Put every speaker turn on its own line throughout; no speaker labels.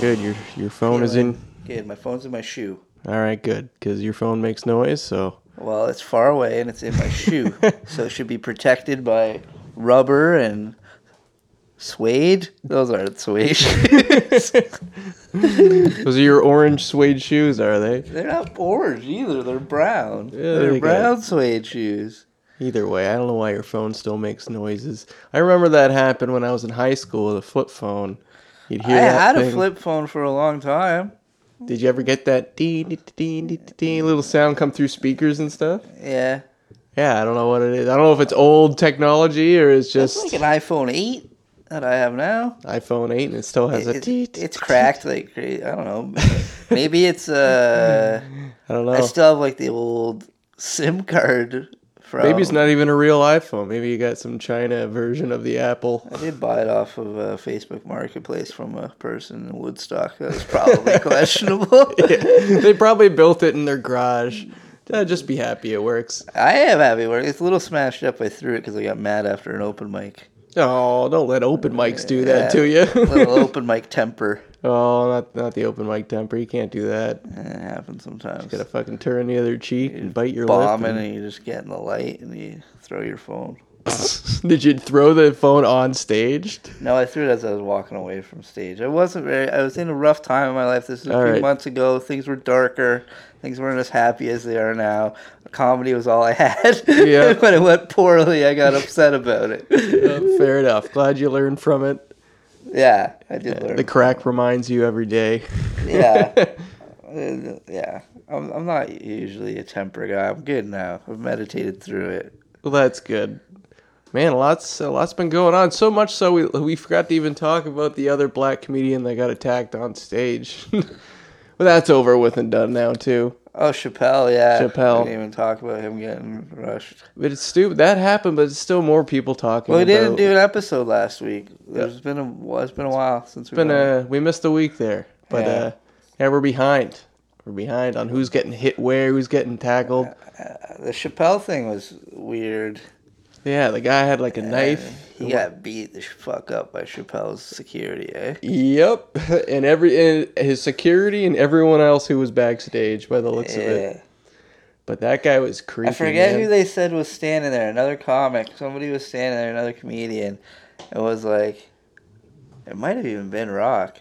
good. Your your phone is in.
Good. My phone's in my shoe.
All right, good, because your phone makes noise. So
Well, it's far away and it's in my shoe, so it should be protected by rubber and suede. Those aren't suede. shoes.
those are your orange suede shoes, are they?
they're not orange either. They're brown.
there
they're
you go.
brown suede shoes.
Either way, I don't know why your phone still makes noises. I remember that happened when I was in high school with a flip phone. You'd hear
I
that
had
thing.
a flip phone for a long time.
Did you ever get that dee dee dee dee dee dee little sound come through speakers and stuff?
Yeah,
Yeah, I don't know what it is. I don't know if it's old technology or it's
it's
just
like an iPhone eight that I have now.
iPhone 8 and it still has a
It,
dee.
it, it's cracked like crazy. I don't know. Maybe it's uh.
I don't know.
I still have like the old SIM card from.
Maybe it's not even a real iPhone. Maybe you got some China version of the Apple.
I did buy it off of uh, Facebook Marketplace from a person in Woodstock. That was probably questionable.
they probably built it in their garage. Uh, just be happy it works.
I am happy with it. It's a little smashed up. I threw it because I got mad after an open mic.
Oh, don't let open mics do that
Yeah.
to
little
you.
open mic temper.
oh, not not the open mic temper. You can't do that.
Eh, It happens sometimes.
Gotta fucking turn the other cheek and bite your lip.
Bombing
and-
and you just get in the light and you throw your phone.
Did you throw the phone on stage?
No, I threw it as I was walking away from stage. I wasn't very. I was in a rough time in my life. This was a
All
few
right.
months ago. Things were darker. Things weren't as happy as they are now. Comedy was all I had.
Yeah.
when it went poorly, I got upset about it.
Uh, fair enough. Glad you learned from it.
yeah, I did learn.
The crack reminds you every day.
yeah, Uh, yeah. I'm, I'm not usually a temper guy. I'm good now. I've meditated through it.
Well, that's good. Man, lots a lot's been going on. So much so we we forgot to even talk about the other black comedian that got attacked on stage. well, that's over with and done now too.
Oh, Chappelle, yeah.
Chappelle.
We didn't even talk about him getting rushed.
But it's stupid that happened. But it's still more people talking.
Well, we didn't
about-
do an episode last week. There's been a it's been a while since we've
Been uh we missed a week there, but
Yeah.
uh, yeah, we're behind. We're behind on who's getting hit where, who's getting tackled.
The Chappelle thing was weird.
Yeah, the guy had like a knife.
He got beat the sh- fuck up by Chappelle's security, eh?
Yep, and every and his security and everyone else who was backstage by the looks of it.
Yeah.
But that guy was creepy.
I forget
man.
who they said was standing there. Another comic. Somebody was standing there, another comedian. It was like, it might have even been Rock.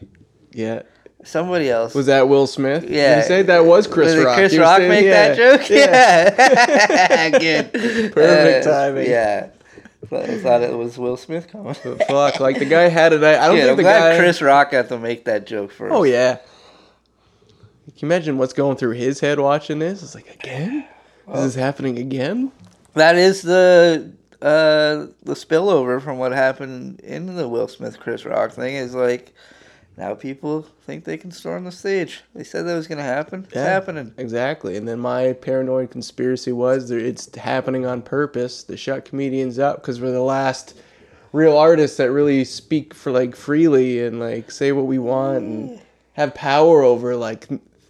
Yeah.
Somebody else.
Was that Will Smith?
Yeah.
Did he say that was Chris
Did
Rock?
Chris
He was
Rock
saying-
make that
yeah,
joke? Yeah. Good.
Perfect
Uh,
timing.
Yeah. I thought it was Will Smith coming.
But fuck, like the guy had it. I don't
Yeah, I'm
think the
glad
guy.
Chris Rock got to make that joke first.
oh yeah. Can you imagine what's going through his head watching this? It's like again. Is this happening again?
That is the uh, the spillover from what happened in the Will Smith Chris Rock thing is like now people think they can storm the stage. They said that was gonna happen. It's
Yeah.
happening.
Exactly. And then my paranoid conspiracy was that it's happening on purpose to shut comedians up because we're the last real artists that really speak for like freely and like say what we want and have power over like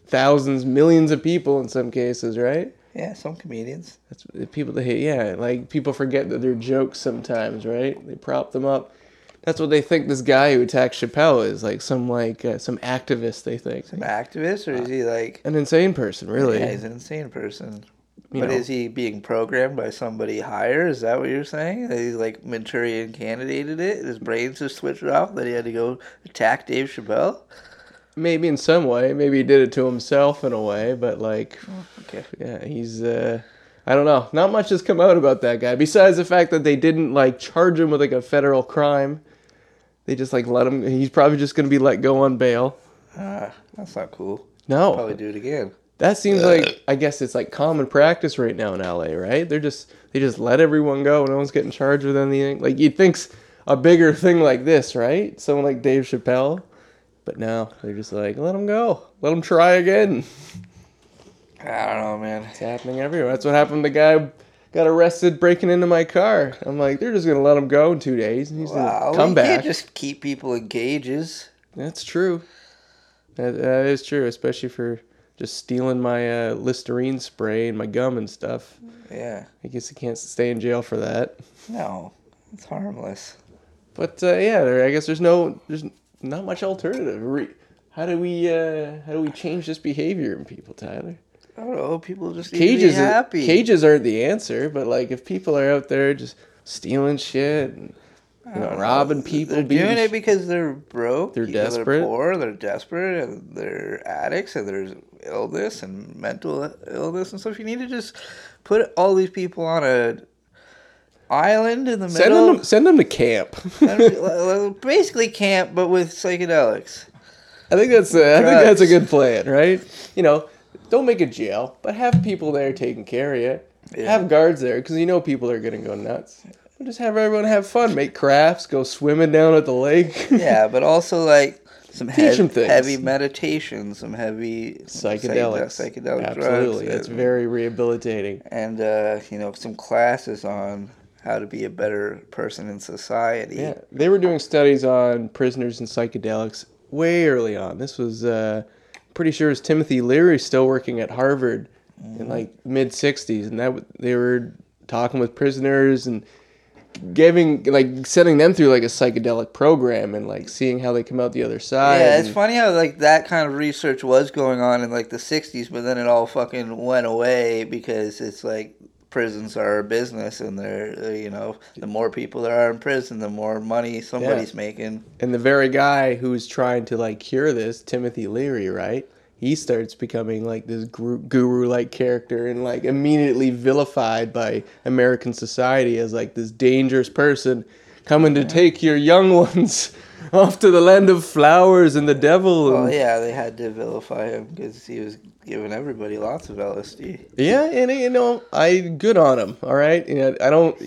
thousands, millions of people in some cases, right?
Yeah, some comedians.
That's the people that hate. Yeah, like people forget that they're jokes sometimes, right? They prop them up. That's what they think this guy who attacked Chappelle is like some like uh, some activist. They think
An activist or is he like
an insane person, really.
yeah, he's an insane person.
You
but
know.
is he being programmed by somebody higher? Is that what you're saying? That he's like Manchurian candidated it? His brains just switched off that he had to go attack Dave Chappelle?
Maybe in some way. Maybe he did it to himself in a way, but like,
Okay.
yeah, he's. Uh, I don't know. Not much has come out about that guy besides the fact that they didn't like charge him with like a federal crime. They just like let him. He's probably just gonna be let go on bail.
Ah, that's not cool.
No,
Probably do it again.
that seems like I guess it's like common practice right now in LA, right? They're just they just let everyone go. No one's getting charged with anything. Like you'd think a bigger thing like this, right? Someone like Dave Chappelle, but no, they're just like let him go, let him try again.
I don't know, man.
It's happening everywhere. That's what happened. The guy got arrested breaking into my car. I'm like, they're just gonna let him go in two days, and he's
Wow,
gonna come
we
back.
can't just keep people in cages.
That's true. That, that is true, especially for just stealing my uh, Listerine spray and my gum and stuff.
Yeah,
I guess you can't stay in jail for that.
no, it's harmless.
But uh, yeah, there, I guess there's no, there's not much alternative. Re- How do we uh, how do we change this behavior in people, Tyler?
I don't know. People just need to be
Cages are,
happy.
cages aren't the answer, but like if people are out there just stealing shit and you know, robbing people,
They're Uh, doing
beating
it because they're broke.
They're
you know,
desperate.
They're poor. They're desperate, and they're addicts, and there's illness and mental illness and stuff. You need to just put all these people on a island in the
Send
middle.
them, send them to camp.
Let 'em be- let 'em basically camp, but with psychedelics.
I think that's a, I think that's a
Drugs.
good plan, right? You know, don't make a jail, but have people there taking care of you.
Yeah.
Have guards there because you know people are gonna go nuts. But just have everyone have fun, make crafts, go swimming down at the lake.
Yeah, but also like some
Teach
heav-
'em things.
heavy meditation, some heavy psych-
psychedelics,
psychedelic
absolutely.
drugs,
That's
and-
very rehabilitating.
and uh, you know some classes on how to be a better person in society.
Yeah, they were doing studies on prisoners and psychedelics way early on. This was uh, pretty sure it was Timothy Leary still working at Harvard in like mid '60s, and that w- they were talking with prisoners and giving like sending them through like a psychedelic program and like seeing how they come out the other side.
Yeah, it's
and-
funny how like that kind of research was going on in like the '60s, but then it all fucking went away because it's like prisons are a business, and they're uh, you know the more people there are in prison, the more money somebody's making.
And the very guy who was trying to like cure this, Timothy Leary, right? He starts becoming like this guru like character and like immediately vilified by American society as like this dangerous person coming to take your young ones off to the land of flowers and the devil.
Well,
and-
yeah, they had to vilify him because he was giving everybody lots of LSD.
yeah. and you know, I good on him. All right, you know, I don't,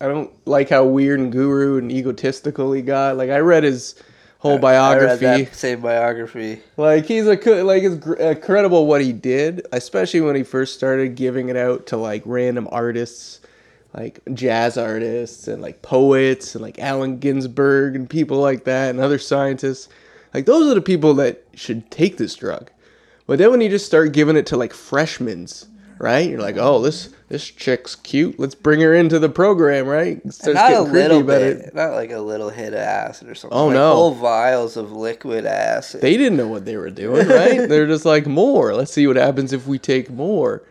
I don't like how weird and guru and egotistical he got. Like I read his whole biography.
I read that same biography.
Like he's a co- like it's gr- incredible what he did, especially when he first started giving it out to like random artists, like jazz artists and like poets and like Allen Ginsberg and people like that and other scientists. Like those are the people that should take this drug. But then when you just start giving it to like freshmen's, right? You're like, oh, this this chick's cute. Let's bring her into the program, right? Starts
not a
getting creepy
little
about
bit,
it.
not like a little hit of acid or something.
Oh,
like
no.
whole vials of liquid acid.
they didn't know what they were doing, right? They're just like more. Let's see what happens if we take more.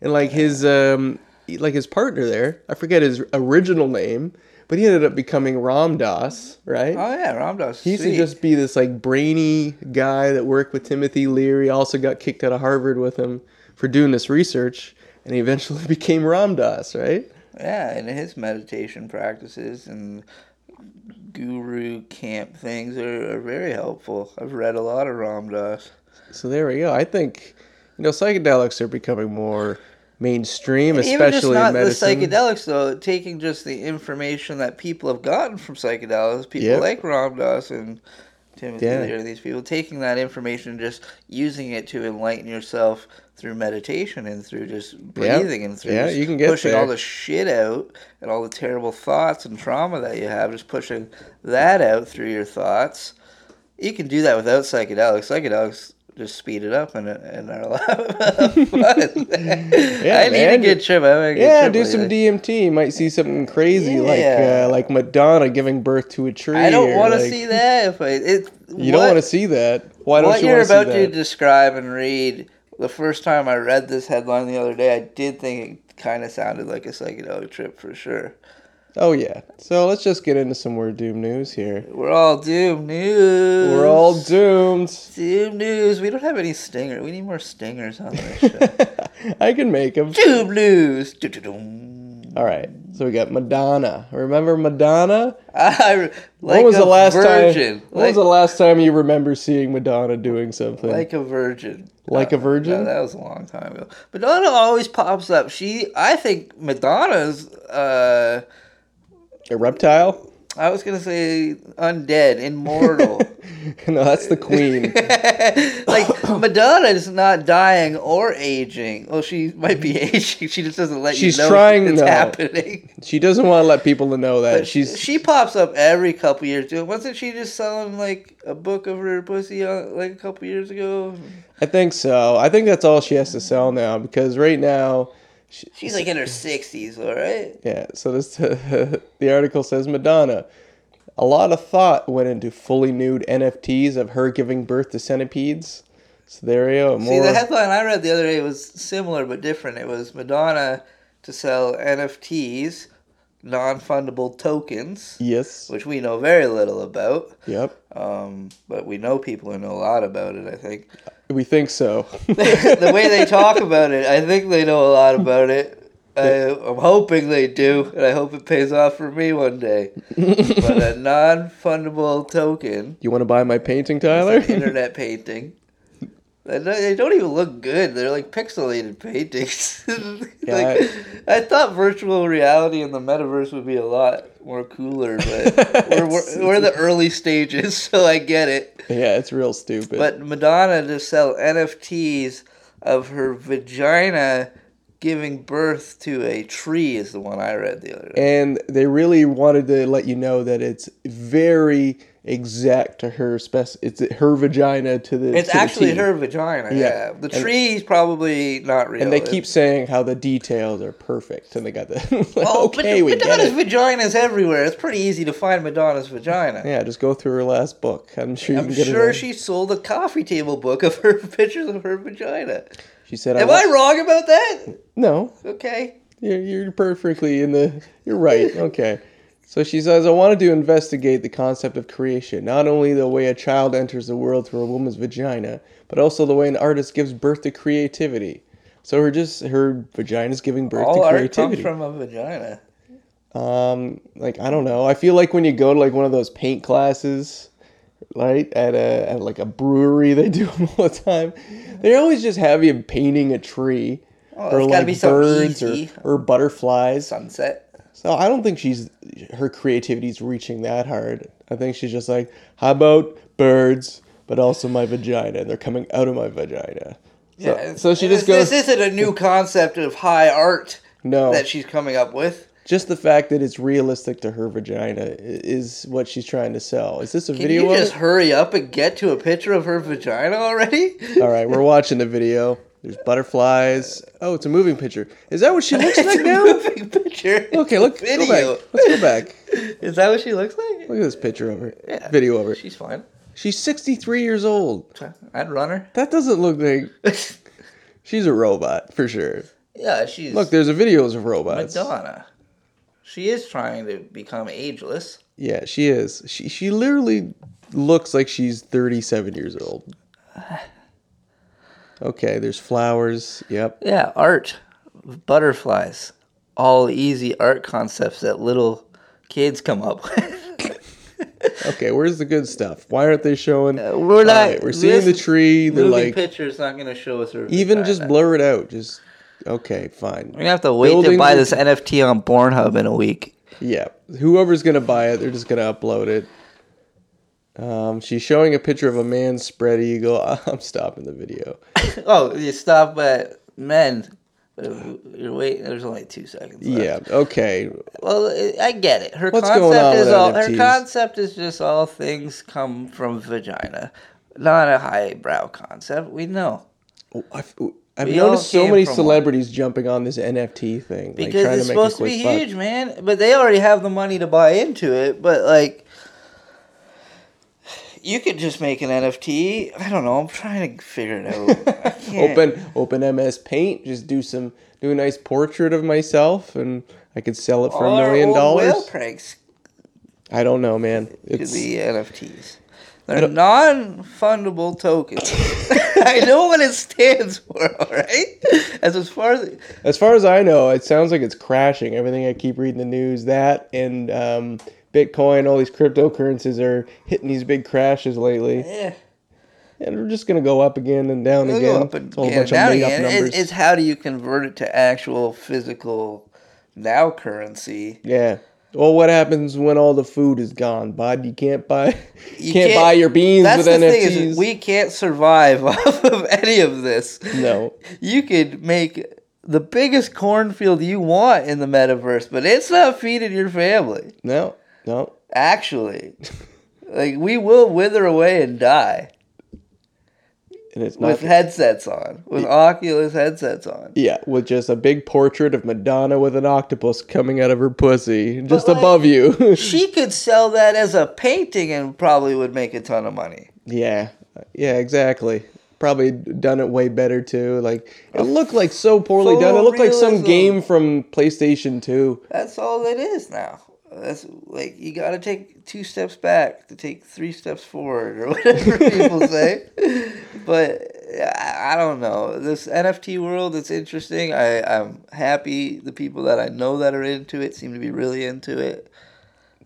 And like his um like his partner there, I forget his original name, but he ended up becoming Ram Dass, right?
oh yeah, Ram Dass.
he used to just be this like brainy guy that worked with Timothy Leary, also got kicked out of Harvard with him for doing this research, and he eventually became Ram Dass, right?
yeah, and his meditation practices and guru camp things are, are very helpful. I've read a lot of Ram Dass.
So there we go. I think you know psychedelics are becoming more mainstream,
Even just
especially
not
in medicine.
the psychedelics, though, taking just the information that people have gotten from psychedelics, people
Yep.
like Ram Dass and Timothy
Yeah.
Leary, these people, taking that information and just using it to enlighten yourself through meditation and through just breathing and through
Yeah,
just
you can get
pushing all
there.
the shit out and all the terrible thoughts and trauma that you have, just pushing that out through your thoughts. You can do that without psychedelics. Psychedelics just speed it up and and are a lot of fun. I need a
man.
good trip. I'm a good
Yeah,
trip
do
with
some
it.
DMT. You might see something crazy
Yeah.
like uh, like Madonna giving birth to a tree.
I don't
or,
want to
like-
see that. If I, it,
You don't want to see that. Why don't
what
you
you're
want to see
about to
that?
describe and read. The first time I read this headline the other day, I did think it kind of sounded like a psychedelic trip for sure.
Oh yeah. So let's just get into some more doom news here.
We're all doomed news.
We're all doomed.
doomed news. We don't have any stinger. We need more stingers on this show.
I can make them.
doomed news. Doo-doo-doom.
All right. So we got Madonna. Remember Madonna?
I re- like
when was
a
the last
virgin.
time? When
Like,
was the last time you remember seeing Madonna doing something?
like a virgin.
Like a
No,
virgin?
no, that was a long time ago. Madonna always pops up. She, I think Madonna's. uh
a reptile?
I was gonna say undead, immortal.
no, that's the queen.
like Madonna is not dying or aging. Well, she might be aging. She just doesn't let
She's
you know
trying,
it's
though.
happening.
she doesn't want to let people to know that.
But
She's
she pops up every couple years. Dude, wasn't she just selling like a book of her pussy uh, like a couple years ago?
I think so. I think that's all she has to sell now because right now, she,
She's like in her sixties, all right.
yeah. So this the article says Madonna. A lot of thought went into fully nude NFTs of her giving birth to centipedes. So there you go.
See,
More.
the headline I read the other day was similar but different. It was Madonna to sell NFTs, non fundable tokens,
yes.
which we know very little about,
Yep.
um, but we know people who know a lot about it, I think.
We think so.
the way they talk about it, I think they know a lot about it. I, I'm hoping they do, and I hope it pays off for me one day. but a non fundable token
You want to buy my painting, Tyler?
It's an internet painting. They don't- They don't even look good. They're like pixelated paintings. like,
I-
I thought virtual reality and the metaverse would be a lot more cooler, but we're, we're, we're the early stages, so I get it.
yeah, it's real stupid.
But Madonna to sell NFTs of her vagina giving birth to a tree is the one I read the other day.
and they really wanted to let you know that it's very exact to her spec. It's her vagina to the.
It's
to the
actually
T.
her vagina. Yeah.
Yeah.
The tree's probably not real.
And they
It's-
keep saying how the details are perfect, and they got the. like,
Oh,
okay,
but
we get
Madonna's
it.
vagina's everywhere. It's pretty easy to find Madonna's vagina.
Yeah, just go through her last book. I'm sure you
I'm
can get
sure
it.
she sold a coffee table book of her pictures of her vagina.
She said,
Am
wa-
I wrong about that?
No,
Okay.
You're, you're perfectly in the. You're right. Okay. So she says, I wanted to investigate the concept of creation, not only the way a child enters the world through a woman's vagina, but also the way an artist gives birth to creativity. So her just her vagina's giving birth
All
to
art comes
creativity.
from a vagina.
um, like I don't know. I feel like when you go to like one of those paint classes, right at a at like a brewery, they do them all the time. They always just have you painting a tree
Oh, it's gotta be something easy.
or, or butterflies.
Sunset.
So I don't think she's her creativity's reaching that hard. I think she's just like, how about birds, but also my vagina. They're coming out of my vagina. So, so she
this,
just goes,
This isn't a new concept of high art
no.
that she's coming up with.
just the fact that it's realistic to her vagina i- is what she's trying to sell. Is this a
Can
video?
you
of
just
it?
hurry up and get to a picture of her vagina already?
All right, we're watching the video. There's butterflies. Oh, it's a moving picture. Is that what she looks
It's
like
a
now?
moving picture.
Okay, look. Go
Video.
back. Let's go back.
Is that what she looks like?
Look at this picture of her.
Yeah.
Video of her.
She's fine.
She's 63 years old.
I'd run her.
That doesn't look like She's a robot for sure.
yeah, she's
Look, there's a videos of robots.
Madonna. She is trying to become ageless.
Yeah, she is. She she literally looks like she's 37 years old. Okay, there's flowers. Yep.
Yeah, art, butterflies, all easy art concepts that little kids come up with.
Okay, where's the good stuff? Why aren't they showing?
Uh, we're not-
Alright, we're seeing the
this
tree. They're
Moving
like
picture's not going to show us her.
even
vagina.
just blur it out. Just okay, fine.
We're gonna have to wait to
building
buy
the-
this NFT on Pornhub in a week.
Yeah, whoever's gonna buy it, they're just gonna upload it. Um, she's showing a picture of a man spread eagle. I'm stopping the video.
Oh, you stop at men. You're waiting. There's only two seconds. Left.
Yeah. Okay.
Well, I- I get it. Her
What's going on
concept
with
is all. Her
NFTs?
concept is just all things come from vagina, not a highbrow concept. We know
I've, I've
We
noticed
all
so
came
many
from one.
celebrities jumping on this NFT thing, like
because
trying
it's
to make a
supposed to be
quick buck.
huge, man. But they already have the money to buy into it. But like, you could just make an NFT. I don't know. I'm trying to figure it out. I can't.
Open open MS Paint, just do some do a nice portrait of myself, and I could sell it for
All
a
our
million
old Whale
dollars.
pranks
I don't know, man.
could
It's uh,
be NFTs. They're non-fundable tokens. I know what it stands for. All right. As as far as
as far as I know, it sounds like it's crashing. Everything I keep reading the news, that and um, Bitcoin, all these cryptocurrencies are hitting these big crashes lately,
yeah.
and we're just gonna go up again and down
It'll
again.
eh, go up and
it's a whole
yeah,
bunch
down
of made
again.
up
It-
numbers.
It's, how do you convert it to actual physical now currency?
Yeah. Well, what happens when all the food is gone, Bud? You can't buy, you
You
can't, buy your beans
That's
with
the
NFTs.
thing is we can't survive off of any of this.
no,
You could make the biggest cornfield you want in the metaverse, but it's not feeding your family.
no, no.
Actually, like we will wither away and die.
and it's not
with headsets on, with Oculus headsets on.
yeah, with just a big portrait of Madonna with an octopus coming out of her pussy just
like-
above you.
She could sell that as a painting and probably would make a ton of money.
yeah, yeah, exactly. Probably done it way better too. Like it looked like so poorly done. It looked like some
Photorealism.
game from PlayStation Two.
That's all it is now. That's like you got to take two steps back to take three steps forward, or whatever people say. But I, I don't know this NFT world. It's interesting. I I'm happy the people that I know that are into it seem to be really into it.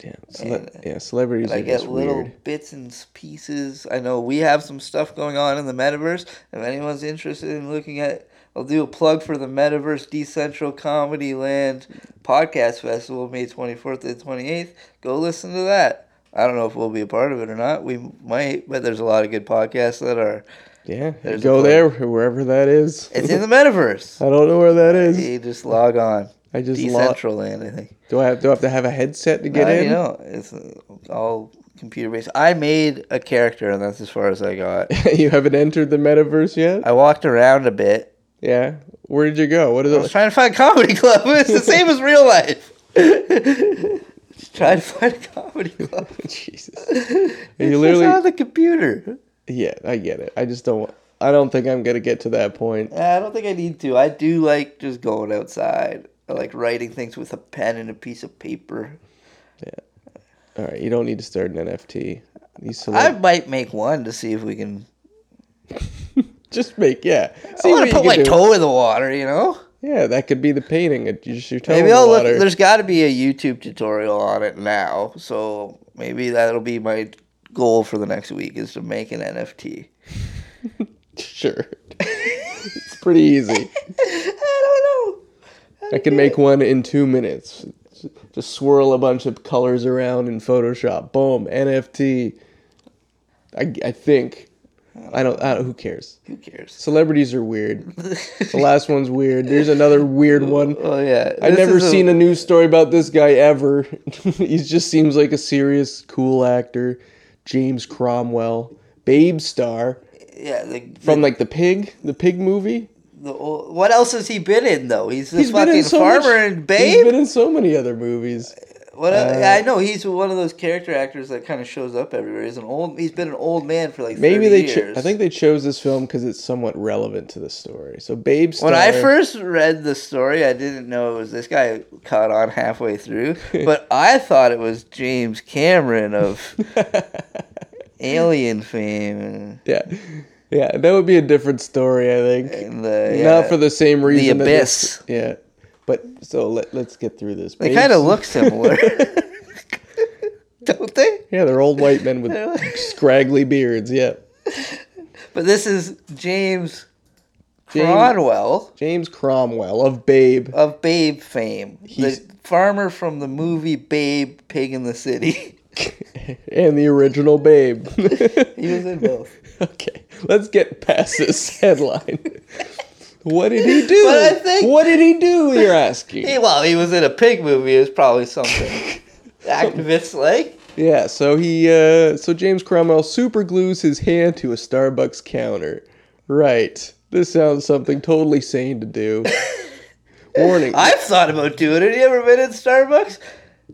Yeah, cele- yeah, celebrities
And I
are
get
just
little
weird.
bits and s- pieces. I know we have some stuff going on in the metaverse. If anyone's interested in looking at, I'll do a plug for the Metaverse Decentral Comedy Land Podcast Festival, May 24th and 28th. Go listen to that. I don't know if we'll be a part of it or not. We might, but there's a lot of good podcasts that are.
Yeah, you
There's a
go
point.
there wherever that is.
It's in the metaverse.
I don't know where that is.
You just log on.
I just lo-
Decentral Land, I think.
do I have do I have to have a headset to get
No,
in?
You know, it's uh, all computer based. I made a character, and that's as far as I got.
you haven't entered the metaverse yet.
I walked around a bit.
Yeah, where did you go? What is
I
it?
was trying to find a comedy club. It's the same as real life. Just trying to find a comedy club.
Jesus.
It's
You
just on
literally
the computer.
Yeah, I get it. I just don't I don't think I'm going to get to that point.
I don't think I need to. I do like just going outside. I like writing things with a pen and a piece of paper.
All right, you don't need to start an NFT. These
I
celeb-
might make one to see if we can.
just make yeah.
I
See what
want to
you
put
can
my
do.
toe in the water, you know.
Yeah, that could be the painting. It- you Just your toe
Maybe
in the
I'll look.
water.
There's got to be a YouTube tutorial on it now, so maybe that'll be my goal for the next week is to make an NFT.
Sure. it's pretty easy.
I don't know.
I can make one in 2 minutes. Just swirl a bunch of colors around in Photoshop. Boom, NFT. I, I think I don't, I don't who cares.
Who cares?
Celebrities are weird. The last one's weird. There's another weird one.
oh yeah,
I've never seen a news story about this guy ever. he just seems like a serious, cool actor. James Cromwell, Babe Star
yeah. The,
from like the Pig, the Pig movie.
the, old- what else has he been in though? He's this
He's been in
fucking
so much-
farmer and
He's
babe.
been uh, in so many other movies.
what el- yeah, I know he's one of those character actors that kind of shows up everywhere. He's an old. He's been an old man for like
Maybe
30
they, cho-
Years.
I think they chose this film because it's somewhat relevant to the story. So Babe Star.
When I first read the story, I didn't know it was this guy caught on halfway through, but I thought it was James Cameron of Alien fame and,
yeah, yeah, that would be a different story. I think.
and the yeah.
Not for the same reason. that this-
Abyss.
yeah. But so let, let's get through this.
They
Babe
kind
Star-
of look similar, don't they?
Yeah, they're old white men with scraggly beards. Yeah.
But this is James,
James-
Cronwell
James Cromwell of Babe.
of Babe fame,
He's-
the farmer from the movie Babe, Pig in the City.
and the original Babe.
he was in both.
okay, let's get past this headline. What did he do?
But I think-
what did he do, you're asking?
He, well, he was in a pig movie. It was probably something activists like.
Yeah, so he uh so James Cromwell super glues his hand to a Starbucks counter. Right. This sounds something totally sane to do. Warning.
I've thought about doing it. You ever been in Starbucks?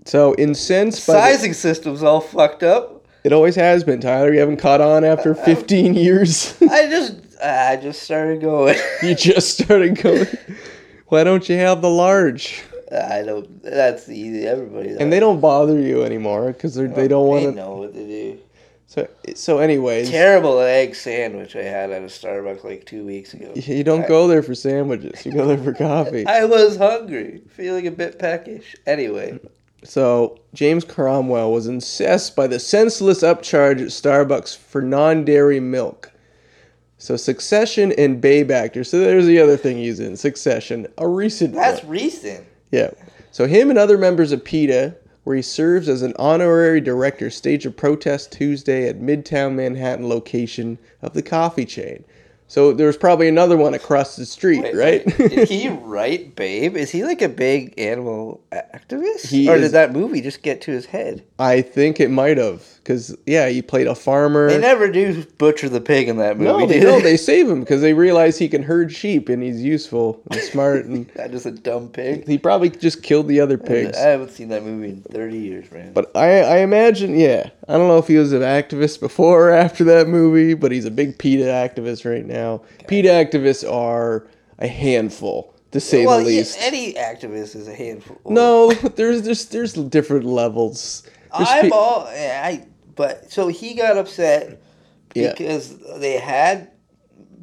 so incensed by the-
Sizing system's all fucked up.
it always has been, Tyler. You haven't caught on after 15 years.
I just, I just started going.
you just started going. Why don't you have the large?
I don't. That's easy. Everybody.
And they don't bother you anymore because they they don't want
They
to.
know what to do.
So so anyways,
Terrible egg sandwich I had at a Starbucks like two weeks ago.
you don't go there for sandwiches. You go there for coffee.
I was hungry, feeling a bit peckish. Anyway,
So James Cromwell was incensed by the senseless upcharge at Starbucks for non-dairy milk. So Succession and Babe actor. So there's the other thing he's in. Succession, a recent. one.
that's recent.
Yeah. So him and other members of PETA, where he serves as an honorary director, staged a protest Tuesday at Midtown Manhattan location of the coffee chain. So there was probably another one across the street,
Wait,
right?
Did he write Babe? Is he like a big animal activist?
He
or
is-
did that movie just get to his head?
I think it might have, because yeah, he played a farmer.
They never do butcher the pig in that movie.
no, they
do
don't. They save him because they realize he can herd sheep and he's useful and smart, and
That is a dumb pig.
he probably just killed the other pigs.
I haven't seen that movie in 30 years, man.
But I, I imagine, yeah, I don't know if he was an activist before or after that movie, but he's a big PETA activist right now. PETA activists are a handful, to say
well,
the
yeah,
least.
any activist is a handful.
no, there's there's there's different levels. There's
I'm
pe-
all. yeah, I but so he got upset
Yeah.
because they had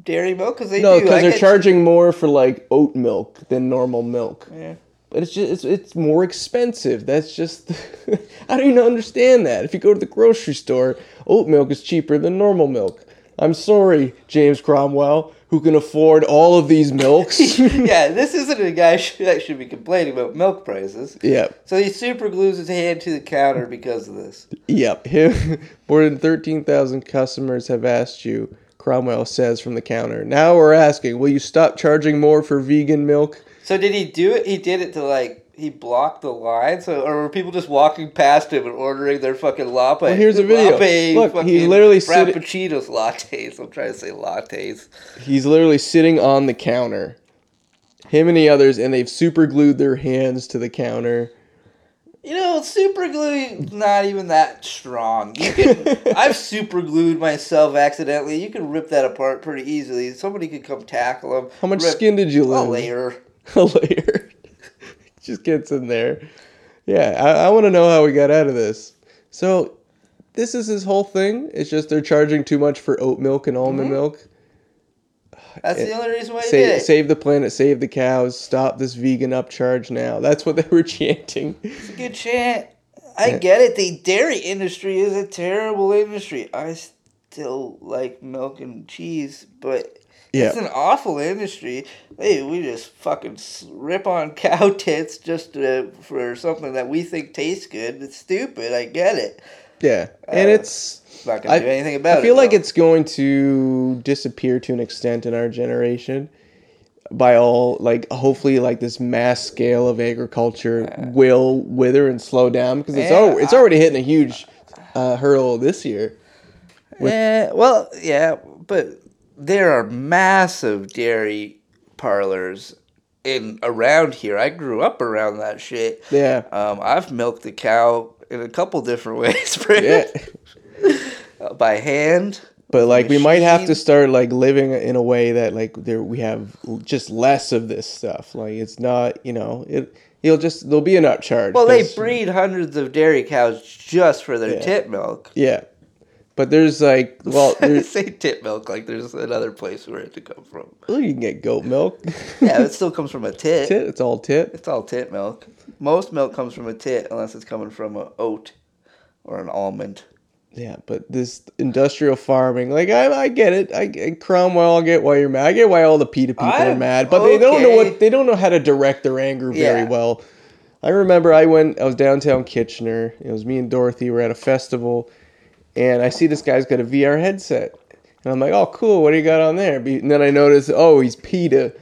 dairy milk because they
no,
do. I
because they're
get-
charging more for like oat milk than normal milk.
Yeah.
But it's just it's, it's more expensive. That's just I don't even understand that. If you go to the grocery store, oat milk is cheaper than normal milk. I'm sorry, James Cromwell, who can afford all of these milks.
yeah, this isn't a guy sh- that should be complaining about milk prices.
yep,
So he super glues his hand to the counter because of this.
yep. Him, more than thirteen thousand customers have asked you. Cromwell says from the counter. Now we're asking, will you stop charging more for vegan milk?
So did he do it? He did it to like he blocked the line. So or were people just walking past him and ordering their fucking latte? Well,
here's a video. Look, he's literally sitting-
frappuccinos lattes. I'm trying to say lattes.
He's literally sitting on the counter. Him and the others, and they've super glued their hands to the counter.
You know, super glue not even that strong. You can, I've super glued myself accidentally. You can rip that apart pretty easily. Somebody could come tackle him.
How much
rip Oh,
skin did you
a
lose?
layer?
a layer. Just gets in there. Yeah, I, I want to know how we got out of this. So, this is his whole thing. It's just they're charging too much for oat milk and almond milk.
That's
It-
the only reason why he did
Save,
Mm-hmm. it.
save the planet, save the cows, stop this vegan upcharge now. That's what they were chanting.
It's a good chant. I get it. The dairy industry is a terrible industry. I still like milk and cheese, but it's
Yeah.
an awful industry. Hey, we just fucking s- rip on cow tits just to, for something that we think tastes good. It's stupid. I get it.
Yeah. And
Uh,
it's.
Not gonna
I-
do anything about it.
I feel like
though.
it's going to disappear to an extent in our generation. By all, like hopefully, like this mass scale of agriculture will wither and slow down because it's
Yeah,
al- it's
I-
already hitting a huge uh, hurdle this year.
Eh, well, yeah, but there are massive dairy parlors in around here. I grew up around that shit.
Yeah,
Um, I've milked a cow in a couple different ways, Brad.
yeah.
Uh, by hand.
But like, we might have to
Machine.
start like living in a way that like there we have l- just less of this stuff. Like it's not, you know, it. You'll just there'll be an upcharge.
Well, they
'cause-
breed hundreds of dairy cows just for their
Yeah.
tit milk.
Yeah, but there's like well,
I
there's,
say tit milk like there's another place where it to come from.
well, you can get goat milk.
Yeah, it still comes from a tit.
tit. It's all tit.
It's all tit milk. Most milk comes from a tit unless it's coming from an oat or an almond.
Yeah, but this industrial farming, like I, I get it. I get- Cromwell, I get why you're mad. I get why all the PETA people are
I'm
mad, but they don't know
okay.
what they don't know how to direct their anger very
Yeah.
well. I remember I went. I was downtown Kitchener. It was me and Dorothy. were at a festival, and I see this guy's got a VR headset, and I'm like, "Oh, cool! What do you got on there?" Be- And then I notice, oh, he's PETA.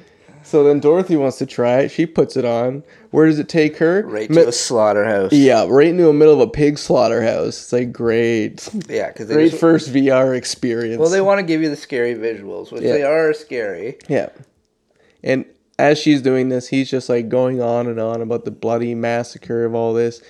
So then Dorothy wants to try it. She puts it on. Where does it take her?
Right
Mi-
to a slaughterhouse.
yeah, right into the middle of a pig slaughterhouse. It's like great.
Yeah, because they
Great
just,
first VR experience.
well, they want to give you the scary visuals, which
Yeah.
they are scary.
yeah. And as she's doing this, he's just like going on and on about the bloody massacre of all this.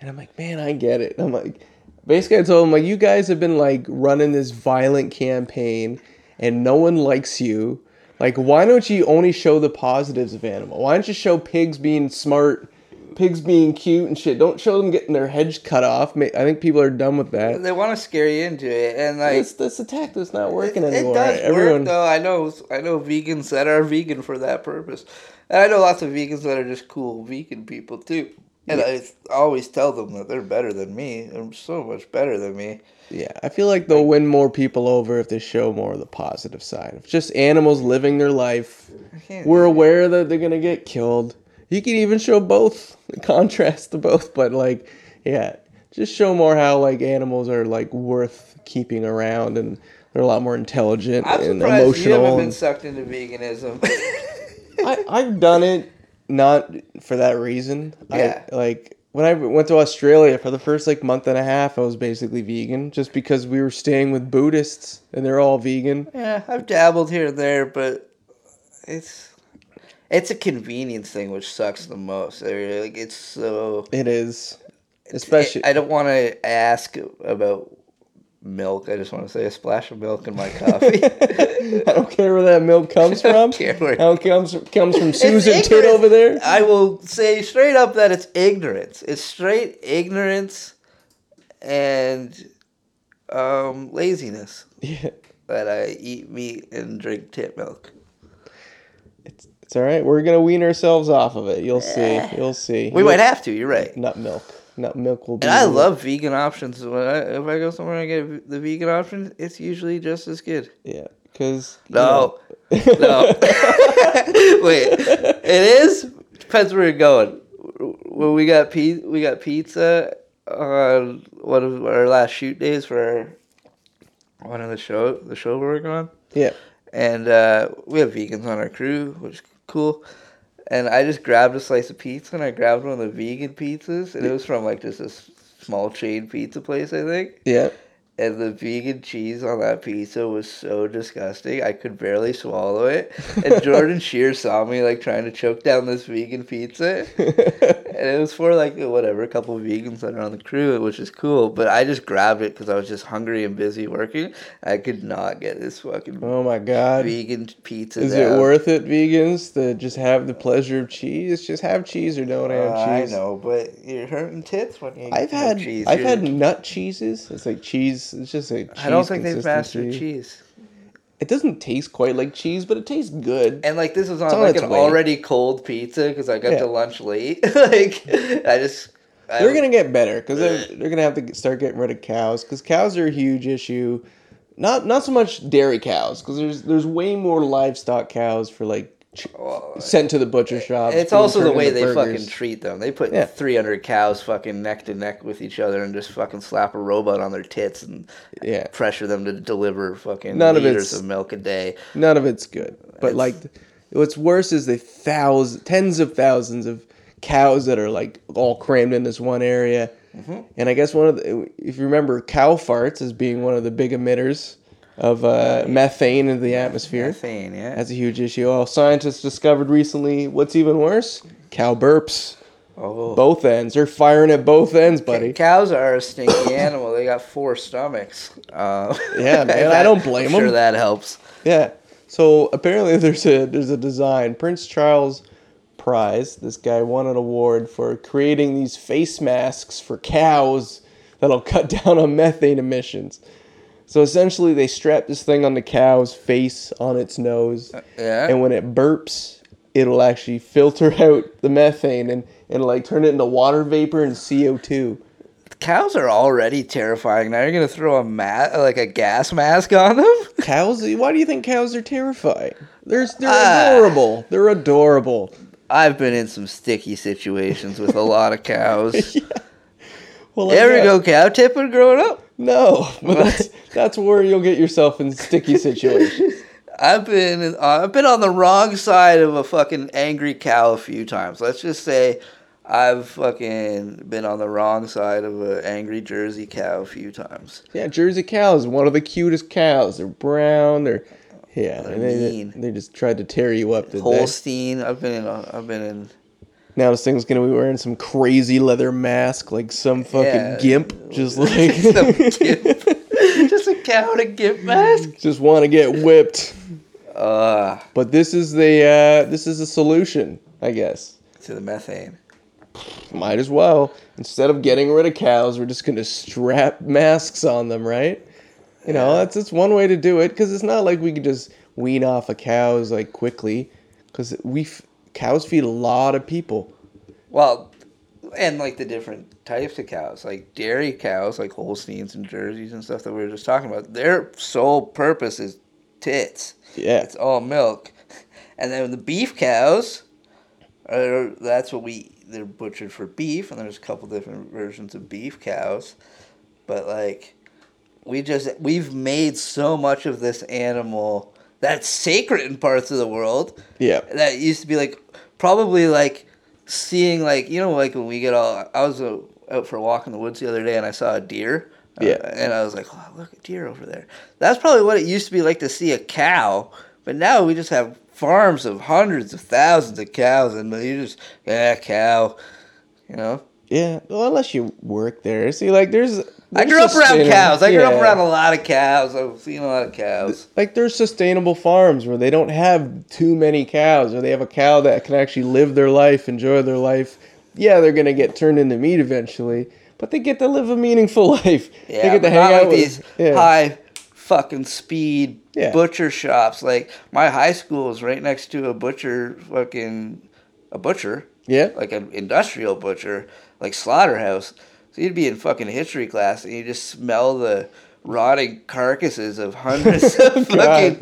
And I'm like, man, I get it. I'm like, basically, I told him, like, you guys have been like running this violent campaign and no one likes you. Like, why don't you only show the positives of animal? Why don't you show pigs being smart, pigs being cute and shit? Don't show them getting their heads cut off. Ma- I think people are done with that.
They want to scare you into it, and like
This, this attack that's not working
it
anymore.
does
Everyone,
work though. I know, I know vegans that are vegan for that purpose, and I know lots of vegans that are just cool vegan people too. And I always tell them that they're better than me. and so much better than me.
Yeah, I feel like they'll win more people over if they show more of the positive side of just animals living their life.
I can't.
We're aware that they're gonna get killed. You can even show both, contrast to both, but like, yeah, just show more how like animals are like worth keeping around and they're a lot more intelligent
I'm
and
surprised you haven't
emotional.
been
and-
sucked into veganism.
I, I've done it not for that reason.
Yeah.
I, like when I went to Australia for the first like month and a half, I was basically vegan just because we were staying with Buddhists and they're all vegan.
yeah, I've dabbled here and there, but it's it's a convenience thing which sucks the most. I mean, like it's so.
It is, especially
I don't want to ask about milk. I just want to say a splash of milk in my coffee.
I don't care where that milk comes
I don't
from.
care where-
How it comes comes from Susan
It's Uh,
Tit
ignorance.
over there?
I will say straight up that it's ignorance. It's straight ignorance and um, laziness
Yeah,
that I eat meat and drink tit milk.
it's all right. We're gonna wean ourselves off of it. You'll see. You'll see.
We might have to. You're right.
nut milk. Nut milk will be.
And I
the-
love vegan options. When I, if I go somewhere and I get the vegan option, it's usually just as good.
Yeah, because
No, no. Wait, it is. Depends where you're going. When we got pi- we got pizza on one of our last shoot days for our, one of the show the show we're working on,
Yeah,
and uh, we have vegans on our crew, which is cool. And I just grabbed a slice of pizza, and I grabbed one of the vegan pizzas, and it was from like just this small chain pizza place, I think
yeah.
and the vegan cheese on that pizza was so disgusting. I could barely swallow it. And Jordan Shear saw me like trying to choke down this vegan pizza. And it was for like whatever, a couple of vegans that are on the crew, which is cool. But I just grabbed it because I was just hungry and busy working. I could not get this fucking
oh my god.
vegan pizza.
Is
down.
it worth it, vegans, to just have the pleasure of cheese? Just have cheese or don't
Uh, I
have cheese.
know, but you're hurting tits when you.
I've
no
had
cheese.
I've
You're-
had nut cheese. It's like cheese. It's just like cheese
I don't think they've mastered
consistency.
cheese.
It doesn't taste quite like cheese, but it tastes good.
And like this was on
It's on
like
its
an
way.
already cold pizza because I got
Yeah.
to lunch late. like I just I,
They're gonna get better because they're, they're gonna have to get- start getting rid of cows because cows are a huge issue. Not not so much dairy cows because there's there's way more livestock cows for like ch-
Well,
sent to the butcher shop.
Oh, It's also the way they fucking treat them. They put
Yeah.
300 cows fucking neck to neck with each other and just fucking slap a robot on their tits and
yeah.
pressure them to deliver fucking
None of
liters
it's-
of milk a day.
None of it's good. But like, what's worse is the thousands, tens of thousands of cows that are like all crammed in this one area. And I guess one of the, if you remember, cow farts as being one of the big emitters of uh, methane into the atmosphere.
Methane, yeah.
That's a huge issue. Oh, scientists discovered recently. What's even worse? Cow burps.
Oh.
Both ends. They're firing at both ends, buddy.
Cows are a stinky animal. They got four stomachs. Uh,
Yeah, man, I don't blame
I'm Sure,
'em.
that helps.
Yeah. So apparently there's a there's a design Prince Charles prize. This guy won an award for creating these face masks for cows that'll cut down on methane emissions. So essentially they strap this thing on the cow's face on its nose
Uh, Yeah.
and when it burps it'll actually filter out the methane and, and like turn it into water vapor and CO2.
Cows are already terrifying. Now you're gonna throw a mat like a gas mask on them.
Cows why do you think cows are terrifying? They're, they're
Ah.
adorable. They're adorable.
I've been in some sticky situations with a lot of cows.
Well,
there we
yeah.
go, cow tipping growing up.
No, but that's that's where you'll get yourself in sticky situations.
I've been I've been on the wrong side of a fucking angry cow a few times. Let's just say I've fucking been on the wrong side of an angry Jersey cow a few times.
yeah, Jersey cows, one of the cutest cows. They're brown. They're yeah,
They're
and they,
mean.
they just tried to tear you up. Did they?
Holstein, I've been in a, I've been in
Now this thing's gonna be wearing some crazy leather mask, like some fucking
Yeah.
gimp, just
some
like
gimp- just a cow in a gimp mask.
just want to get whipped.
Uh
But this is the uh, this is the solution, I guess.
to the methane.
Might as well. Instead of getting rid of cows, we're just going to strap masks on them, right? You know, that's just one way to do it because it's not like we can just wean off of cows like quickly because we f- cows feed a lot of people.
Well, and like the different types of cows, like dairy cows, like Holsteins and Jerseys and stuff that we were just talking about, their sole purpose is tits.
Yeah.
It's all milk. And then the beef cows, are, that's what we they're butchered for beef, and there's a couple different versions of beef cows, but like we just we've made so much of this animal that's sacred in parts of the world
Yeah.
that used to be like probably like seeing like you know like when we get all I was uh, out for a walk in the woods the other day and I saw a deer. uh,
Yeah.
and I was like, oh, look, a deer over there. That's probably what it used to be like to see a cow, but now we just have farms of hundreds of thousands of cows, and you just, yeah, cow, you know?
Yeah. Well, unless you work there. See, like, there's.
I
there's
grew up around
sustainable-
cows. I grew up
yeah.
around a lot of cows. I've seen a lot of cows.
Like, there's sustainable farms where they don't have too many cows, or they have a cow that can actually live their life, enjoy their life. Yeah, they're gonna get turned into meat eventually, but they get to live a meaningful life.
Yeah,
they get to
but
hang
not
out
like
with
these
yeah.
high fucking speed
Yeah.
butcher shops. Like my high school is right next to a butcher, fucking a butcher,
Yeah.
like an industrial butcher, like slaughterhouse. So you'd be in fucking history class and you just smell the rotting carcasses of hundreds
God.
of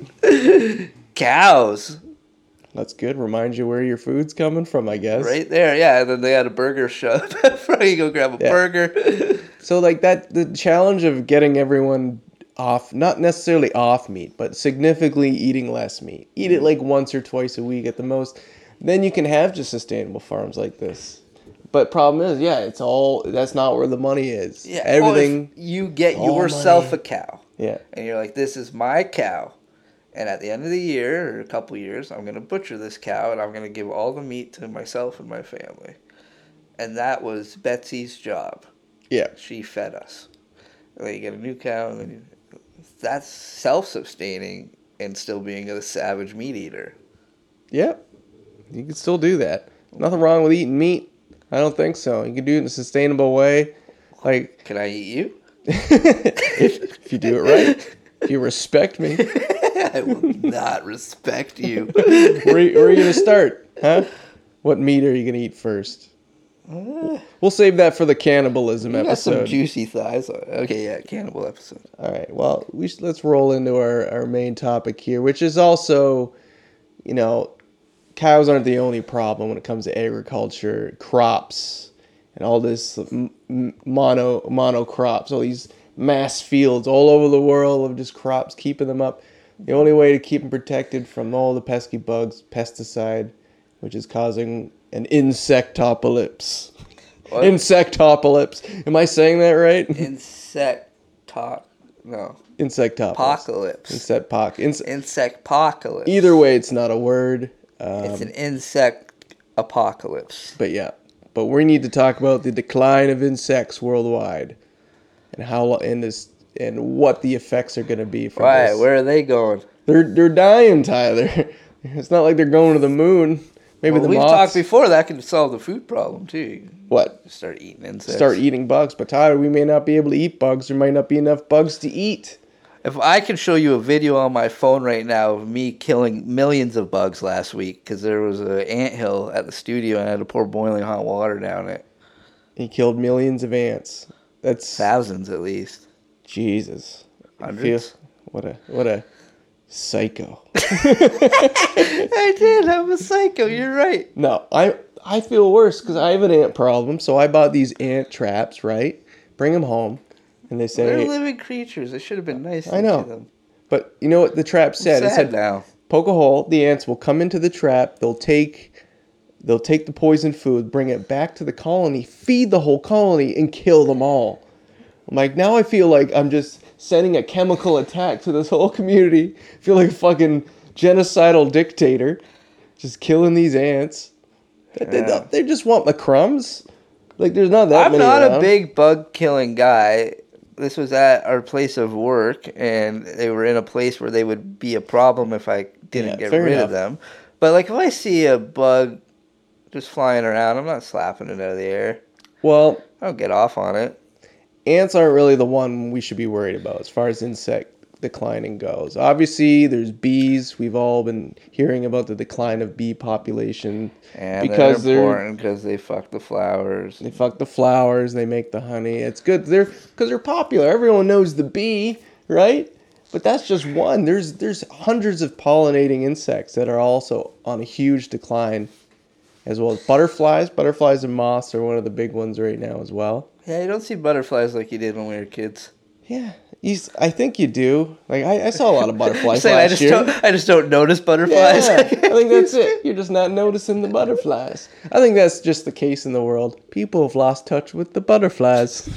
fucking cows.
That's good. Reminds you where your food's coming from, I guess.
Right there, yeah. And then they had a burger shop. you go grab a
Yeah.
burger.
So like that the challenge of getting everyone off not necessarily off meat, but significantly eating less meat. Eat
Mm-hmm.
it like once or twice a week at the most. Then you can have just sustainable farms like this. But problem is, yeah, it's all that's not where the money is.
Yeah, well, if
Everything
you get
all
yourself
money.
a cow,
Yeah.
and you're like, "This is my cow," and at the end of the year or a couple years, I'm gonna butcher this cow and I'm gonna give all the meat to myself and my family. And that was Betsy's job.
Yeah.
She fed us. And then you get a new cow, and then you, that's self-sustaining and still being a savage meat eater.
Yeah. You can still do that. Nothing wrong with eating meat. I don't think so. You can do it in a sustainable way. Like
Can I eat you?
if, if you do it right. If you respect me.
I will not respect you.
where, you- where are you gonna start, huh? What meat are you gonna eat first? We'll save that for the cannibalism
Eh. You got some
episode.
juicy thighs. Okay, yeah, cannibal episode.
All right. Well, we should, let's roll into our our main topic here, which is also, you know, cows aren't the only problem when it comes to agriculture, crops, and all this m- m- mono mono crops, all these mass fields all over the world of just crops, keeping them up. The only way to keep them protected from all the pesky bugs, pesticide, which is causing an insectopolypse.
What?
Insectopolypse. Am I saying that right?
Insect talk. No.
Insectopolypse.
Apocalypse.
Inset poc. Ins-
Insect apocalypse.
either way, it's not a word. Um,
It's an insect apocalypse.
but yeah, but we need to talk about the decline of insects worldwide, and how lo- and this and what the effects are going to be for
Why?
this.
Where are they going?
They're they're dying, Tyler. it's not like they're going to the moon. Maybe
Well,
the
we've
moths.
talked before that could solve the food problem too. You can
what?
Start eating insects.
Start eating bugs, but Tyler, we may not be able to eat bugs. There might not be enough bugs to eat.
If I could show you a video on my phone right now of me killing millions of bugs last week because there was an anthill at the studio and I had to pour boiling hot water down it.
He killed millions of ants. That's
Thousands at least.
Jesus. I feel-
Hundreds?
What a what a psycho.
I did. I'm a psycho. You're right.
No, I I feel worse because I have an ant problem. So I bought these ant traps, right? Bring them home, and they
They're
say,
living creatures. It should have been nice.
I know.
To them.
but you know what the trap said?
sad
It said,
now.
poke a hole. The ants will come into the trap. They'll take, they'll take the poison food, bring it back to the colony, feed the whole colony, and kill them all. I'm like, now I feel like I'm just sending a chemical attack to this whole community. I feel like a fucking genocidal dictator, just killing these ants. They- They,
Yeah.
they just want the crumbs. Like, there's not that
I'm
many.
not a
around.
big bug killing guy. This was at our place of work, and they were in a place where they would be a problem if I didn't
Yeah,
get
fair
rid
enough.
of them. But like if I see a bug just flying around, I'm not slapping it out of the air.
Well,
I don't get off on it.
ants aren't really the one we should be worried about as far as insect declining goes. Obviously, there's bees. We've all been hearing about the decline of bee population
And
because
they're
they're,
important because they fuck the flowers.
they fuck the flowers, they make the honey. It's good. They're because they're popular. Everyone knows the bee, right? But that's just one. There's there's hundreds of pollinating insects that are also on a huge decline. as well as butterflies. Butterflies and moths are one of the big ones right now as well.
Yeah, you don't see butterflies like you did when we were kids.
Yeah, you, s- I think you do. Like I, I saw a lot of butterflies
Saying
last
I just
year.
don't, I just don't notice butterflies.
Yeah, I think that's it. You're just not noticing the butterflies. I think that's just the case in the world. People have lost touch with the butterflies.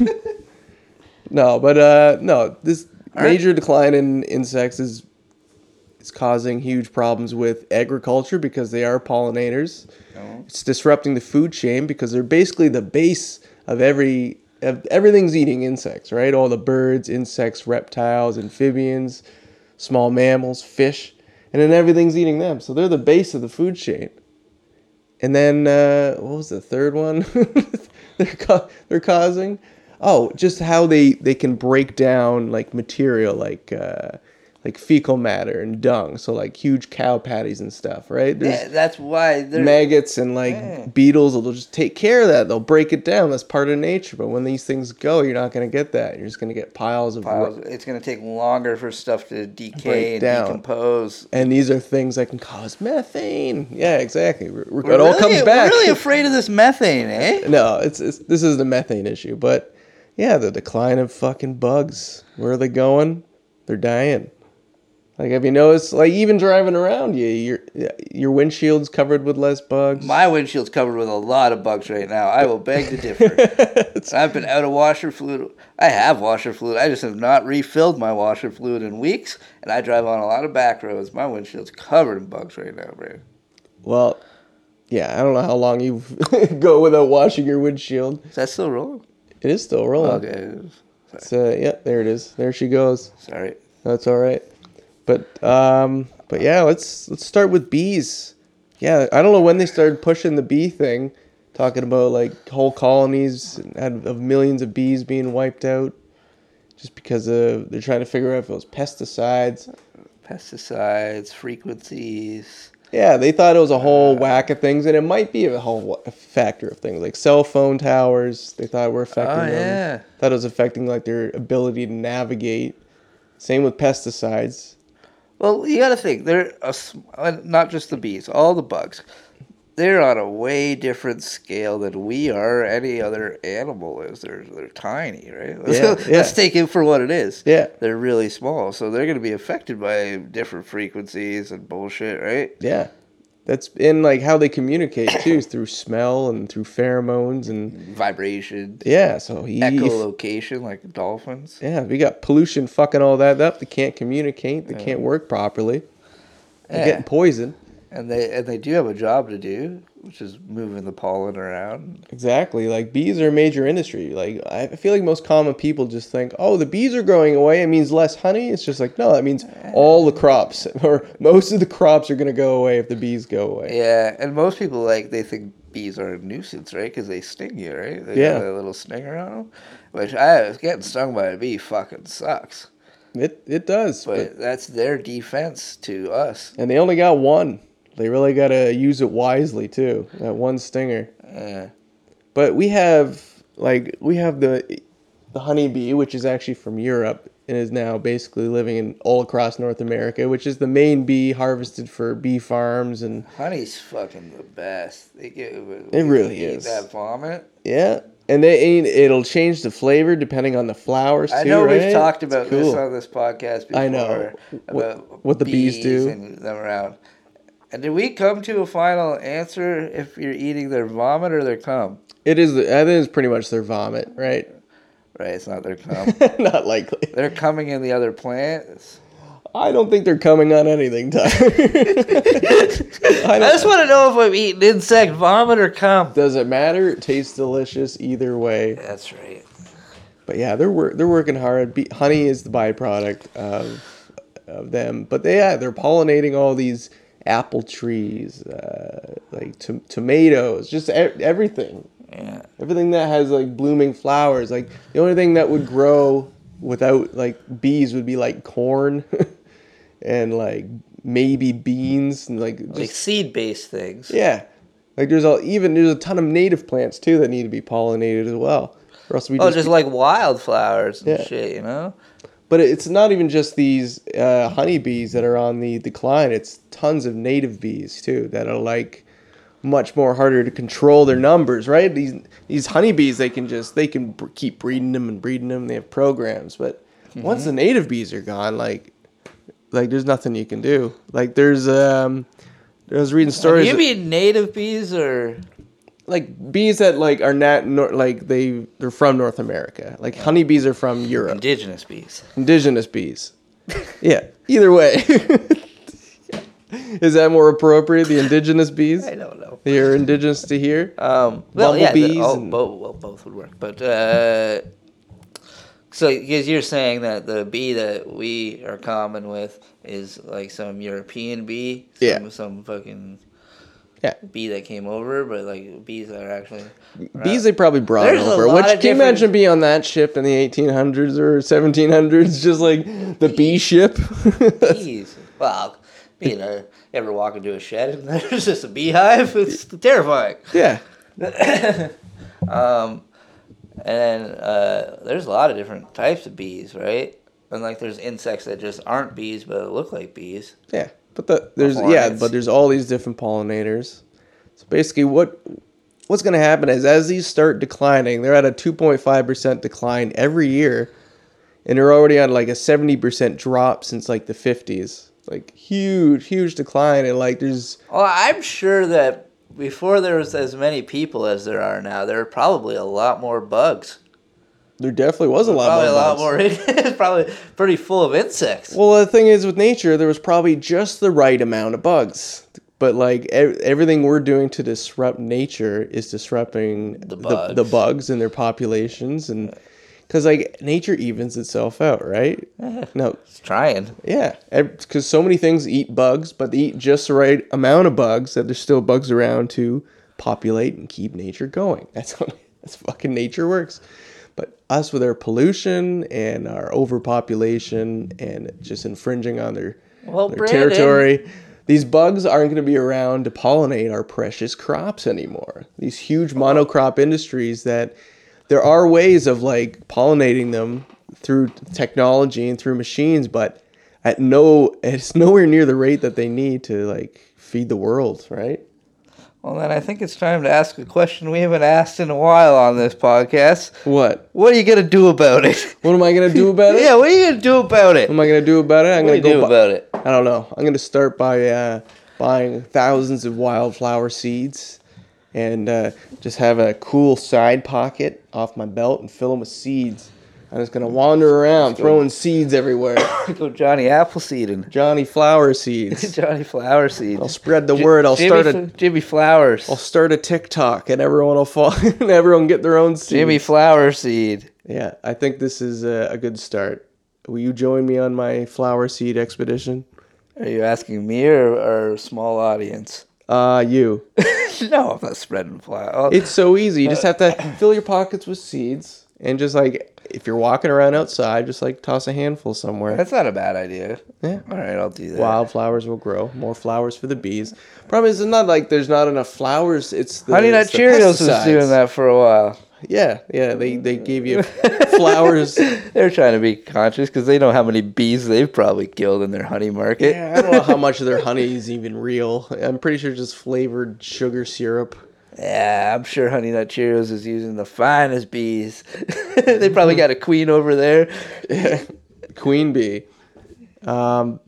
no, but uh, no, this
right.
major decline in insects is is causing huge problems with agriculture because they are pollinators. It's disrupting the food chain because they're basically the base of every of everything's eating insects, right? All the birds, insects, reptiles, amphibians, small mammals, fish, and then everything's eating them. So they're the base of the food chain. And then uh, what was the third one? they're ca- they're causing oh just how they they can break down like material like uh, like fecal matter and dung. So like huge cow patties and stuff, right? There's-
Yeah, that's why they're
maggots and like
Yeah.
beetles will just take care of that. They'll break it down. That's part of nature. But when these things go, you're not going to get that. You're just going to get piles of
piles. It's going to take longer for stuff to decay
Break
and
down.
decompose.
And these are things that can cause methane. Yeah, exactly. R- r-
We're
it all
really-
comes
we're
back.
really afraid of this methane, eh?
no, it's, it's this is the methane issue. But yeah, the decline of fucking bugs. Where are they going? They're dying. Like, have you noticed? Like, even driving around, you your your windshield's covered with less bugs.
My windshield's covered with a lot of bugs right now. I will beg to differ. I've been out of washer fluid. I have washer fluid. I just have not refilled my washer fluid in weeks, and I drive on a lot of back roads. My windshield's covered in bugs right now, bro.
Well, yeah, I don't know how long you go without washing your windshield.
Is that still rolling?
It is still rolling.
Okay.
So yeah, there it is. There she goes.
Sorry.
That's all right. But um, but yeah, let's let's start with bees. Yeah, I don't know when they started pushing the bee thing, talking about like whole colonies had- of millions of bees being wiped out, just because of they're trying to figure out if it was pesticides.
Pesticides, frequencies.
Yeah, they thought it was a whole
Uh.
whack of things, and it might be a whole wha- factor of things like cell phone towers. They thought were affecting
Oh,
them.
yeah.
Thought it was affecting like their ability to navigate. Same with pesticides.
Well, you got to think they're a, sm- uh, not just the bees, all the bugs. They're on a way different scale than we are. or Any other animal is. They're they're tiny, right? Let's,
Yeah, yeah.
let's take it for what it is.
Yeah.
they're really small, so they're going to be affected by different frequencies and bullshit, right?
Yeah, that's in like how they communicate too, is through smell and through pheromones and
Vibration,
yeah. So he,
echolocation, like dolphins.
yeah, we got pollution fucking all that up. They can't communicate. They can't work properly. They're
Yeah.
getting poisoned.
And they and they do have a job to do, which is moving the pollen around.
Exactly. Like bees are a major industry. Like I feel like most common people just think, oh, the bees are going away. It means less honey. It's just like no, that means all the crops or most of the crops are gonna go away if the bees go away.
Yeah, and most people like they think bees are a nuisance, right? Because they sting you, right? They
Yeah.
got that little stinger on them. Which I getting stung by a bee fucking sucks,
It it does.
but
But
that's their defense to us.
and they only got one. They really gotta use it wisely too. That one stinger.
Uh,
But we have like we have the the honeybee, which is actually from Europe and is now basically living in all across North America, which is the main bee harvested for bee farms and
honey's fucking the best. They get uh,
It really
eat
is.
that vomit.
Yeah, and they ain't. It'll change the flavor depending on the flowers.
I
too,
know we've
right?
talked
It's
about this uh, on this podcast before.
I know. What-
about
what the bees do.
and them around. And did we come to a final answer if you're eating their vomit or their cum?
It is. I think it's pretty much their vomit, right?
Right, it's not their cum.
Not likely.
They're coming in the other plants.
I don't think they're coming on anything, Tyler. I
I just
don't,
want to know if I'm eating insect vomit or cum.
does it matter? It tastes delicious either way.
That's right.
But yeah, they're wor- they're working hard. Be- honey is the byproduct of of them, but they yeah, they're pollinating all these apple trees, uh, like to- tomatoes, just e- everything.
Yeah.
Everything that has like blooming flowers, like the only thing that would grow without like bees would be like corn and like maybe beans and like
Like
just,
seed based things.
yeah. Like there's all even there's a ton of native plants too that need to be pollinated as well. Or else we
Oh,
just,
just like wildflowers and
Yeah.
shit, you know?
but it's not even just these uh, honeybees that are on the decline. It's tons of native bees too that are like much more harder to control their numbers, right? These these honeybees, they can just they can br- keep breeding them and breeding them. They have programs, but
Mm-hmm.
once the native bees are gone, like like there's nothing you can do. Like there's um, I was reading
Do
stories
you mean native bees or
like bees that like are not nor- like they they're from North America. Like honeybees are from Europe.
indigenous bees?
Indigenous bees. Yeah. Either way. Is that more appropriate? The indigenous bees?
I don't know.
They are indigenous to here.
Um, well, yeah,
Bumblebees
the, all,
and-
bo- well, both would work. But uh, so, because you're saying that the bee that we are common with is like some European bee, some,
Yeah.
some fucking
Yeah.
bee that came over, but like bees that are actually
Bees they probably brought
There's a
over.
lot
Which
of
can you
different-
imagine being on that ship in the 1800s or 1700s? Just like the bee ship.
bees. Well, you know, ever walk into a shed and there's just a beehive? It's terrifying.
yeah.
Um, and then uh, there's a lot of different types of bees, right? And like there's insects that just aren't bees but look like bees.
Yeah, but the, there's yeah,
hornets.
but there's all these different pollinators. So basically, what what's going to happen is as these start declining, they're at a 2.5 percent decline every year, and they're already on like a 70 percent drop since like the 50s. Like huge, huge decline, and like there's
Well, I'm sure that before there was as many people as there are now, there were probably a lot more bugs.
there definitely was a lot
Probably
more
a lot
bugs.
more. it's probably pretty full of insects.
Well, the thing is with nature, there was probably just the right amount of bugs. But like ev- everything we're doing to disrupt nature is disrupting the
bugs.
the, bugs and their populations, and because like nature evens itself out, right? no,
It's trying.
yeah, because so many things eat bugs, but they eat just the right amount of bugs that there's still bugs around to populate and keep nature going. That's how that's fucking nature works. But us with our pollution and our overpopulation and just infringing on their,
Well,
their
Brandon.
territory, these bugs aren't going to be around to pollinate our precious crops anymore. These huge monocrop industries that there are ways of like pollinating them through technology and through machines, but at no it's nowhere near the rate that they need to like feed the world, right?
Well, then I think it's time to ask a question we haven't asked in a while on this podcast.
What?
What are you gonna do about it?
What am I gonna do about it?
yeah, what are you gonna do about it?
What am I gonna do about it? I'm
What do
gonna
you do
go. bu-
about it?
I don't know. I'm gonna start by uh, buying thousands of wildflower seeds, and uh, just have a cool side pocket off my belt and fill them with seeds. I'm just gonna wander around throwing seeds everywhere.
Go Johnny Appleseed and
Johnny flower seeds.
Johnny Flower Seed.
I'll spread the word. I'll
Jimmy,
start a
F- Jimmy Flowers.
I'll start a TikTok and everyone will fall and everyone get their own seed.
Jimmy Flower Seed.
Yeah, I think this is a, a good start. Will you join me on my flower seed expedition?
Are you asking me or our small audience?
Uh, you.
no, I'm not spreading oh, flour.
It's so easy. You just have to
Uh,
fill your pockets with seeds and just like if you're walking around outside, just like toss a handful somewhere.
That's not a bad idea.
Yeah.
All right, I'll do that.
Wildflowers will grow. More flowers for the bees. Problem is, it's not like there's not enough flowers. It's the
Honey Nut
it's the
Cheerios was
pesticides.
doing that for a while.
Yeah, yeah. They they gave you flowers.
They're trying to be conscious because they know how many bees they've probably killed in their honey market.
Yeah, I don't know how much of their honey is even real. I'm pretty sure it's just flavored sugar syrup.
Yeah, I'm sure Honey Nut Cheerios is using the finest bees. they probably got a queen over there.
Queen bee. Um,